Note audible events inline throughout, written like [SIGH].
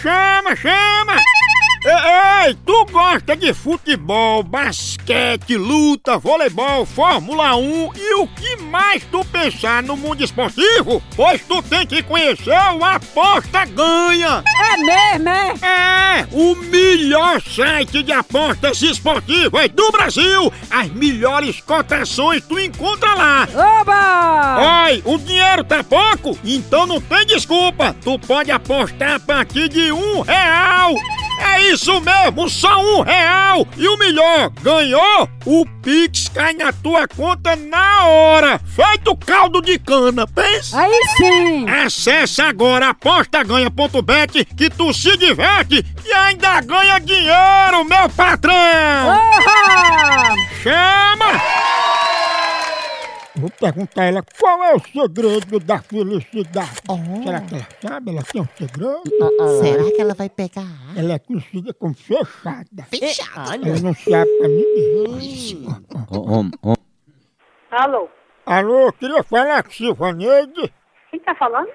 chama, chama! Ei, ei, tu gosta de futebol, basquete, luta, voleibol, Fórmula 1 e o que mais tu pensar no mundo esportivo? Pois tu tem que conhecer o Aposta Ganha! É mesmo, é? É, o melhor site de apostas esportivas do Brasil! As melhores cotações tu encontra lá! Oba! Ai, o dinheiro tá pouco? Então não tem desculpa! Tu pode apostar a partir de um real! É isso mesmo, só um real! E o melhor, ganhou? O Pix cai na tua conta na hora! Feito caldo de cana, pensa! Aí sim! Acesse agora apostaganha.bet que tu se diverte e ainda ganha dinheiro, meu patrão! Oba! Chama! Vou perguntar a ela qual é o segredo da felicidade. Será que ela sabe? Ela tem um segredo? Será que ela vai pegar? Ela é conhecida como fechada. Fechado. Ela não sabe pra ninguém. Alô? Alô, eu queria falar com Silvaneide. Quem tá falando?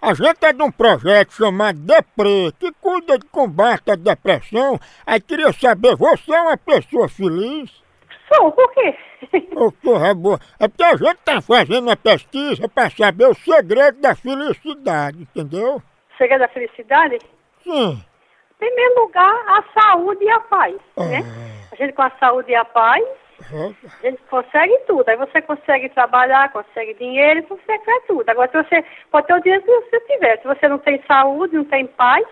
A gente é de um projeto chamado Depre, que cuida de combate à depressão. Aí queria saber, você é uma pessoa feliz? Sou, por quê? [LAUGHS] Ô, porra boa. É porque a gente tá fazendo uma pesquisa pra saber o segredo da felicidade, entendeu? Chega da felicidade? Em Sim. primeiro lugar, a saúde e a paz, né? Ah. A gente com a saúde e a paz, É. a gente consegue tudo. Aí você consegue trabalhar, consegue dinheiro, consegue fazer tudo. Agora, se você pode ter o dinheiro que você tiver. Se você não tem saúde, não tem paz,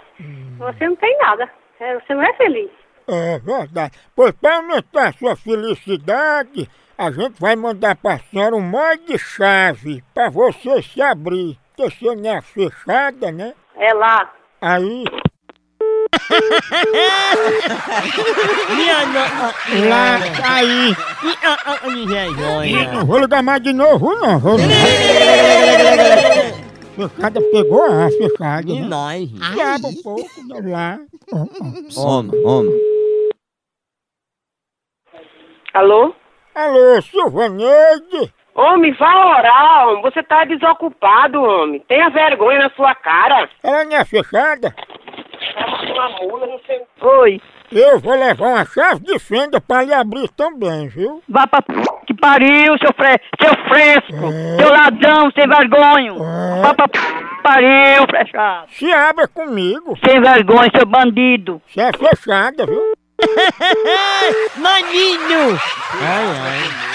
você não tem nada. É, Você não é feliz. É verdade. Pois para aumentar a sua felicidade, a gente vai mandar para a senhora um monte de chave para você se abrir. Porque você não é fechada, né? É lá. Aí. Lá, aí. Não vou ligar mais de novo, não. Vou fechada pegou a fechada. Né? Nós. Abre um pouco, né? lá. Ó, ó. Homem, homem. Alô? Alô, Silvaneide? Homem, vá orar, homem. Você tá desocupado, homem. Tenha vergonha na sua cara. Ela não é fechada? Uma mula, não sei. Oi, Eu vou levar uma chave de fenda pra lhe abrir também, viu? vá pra p... que pariu, seu, fre... seu fresco, seu ladrão, sem vergonha. Vá pra p... que pariu, fechado. Se abra comigo. Sem vergonha, seu bandido. Você é fechada, viu? Maninho! Ai, ai.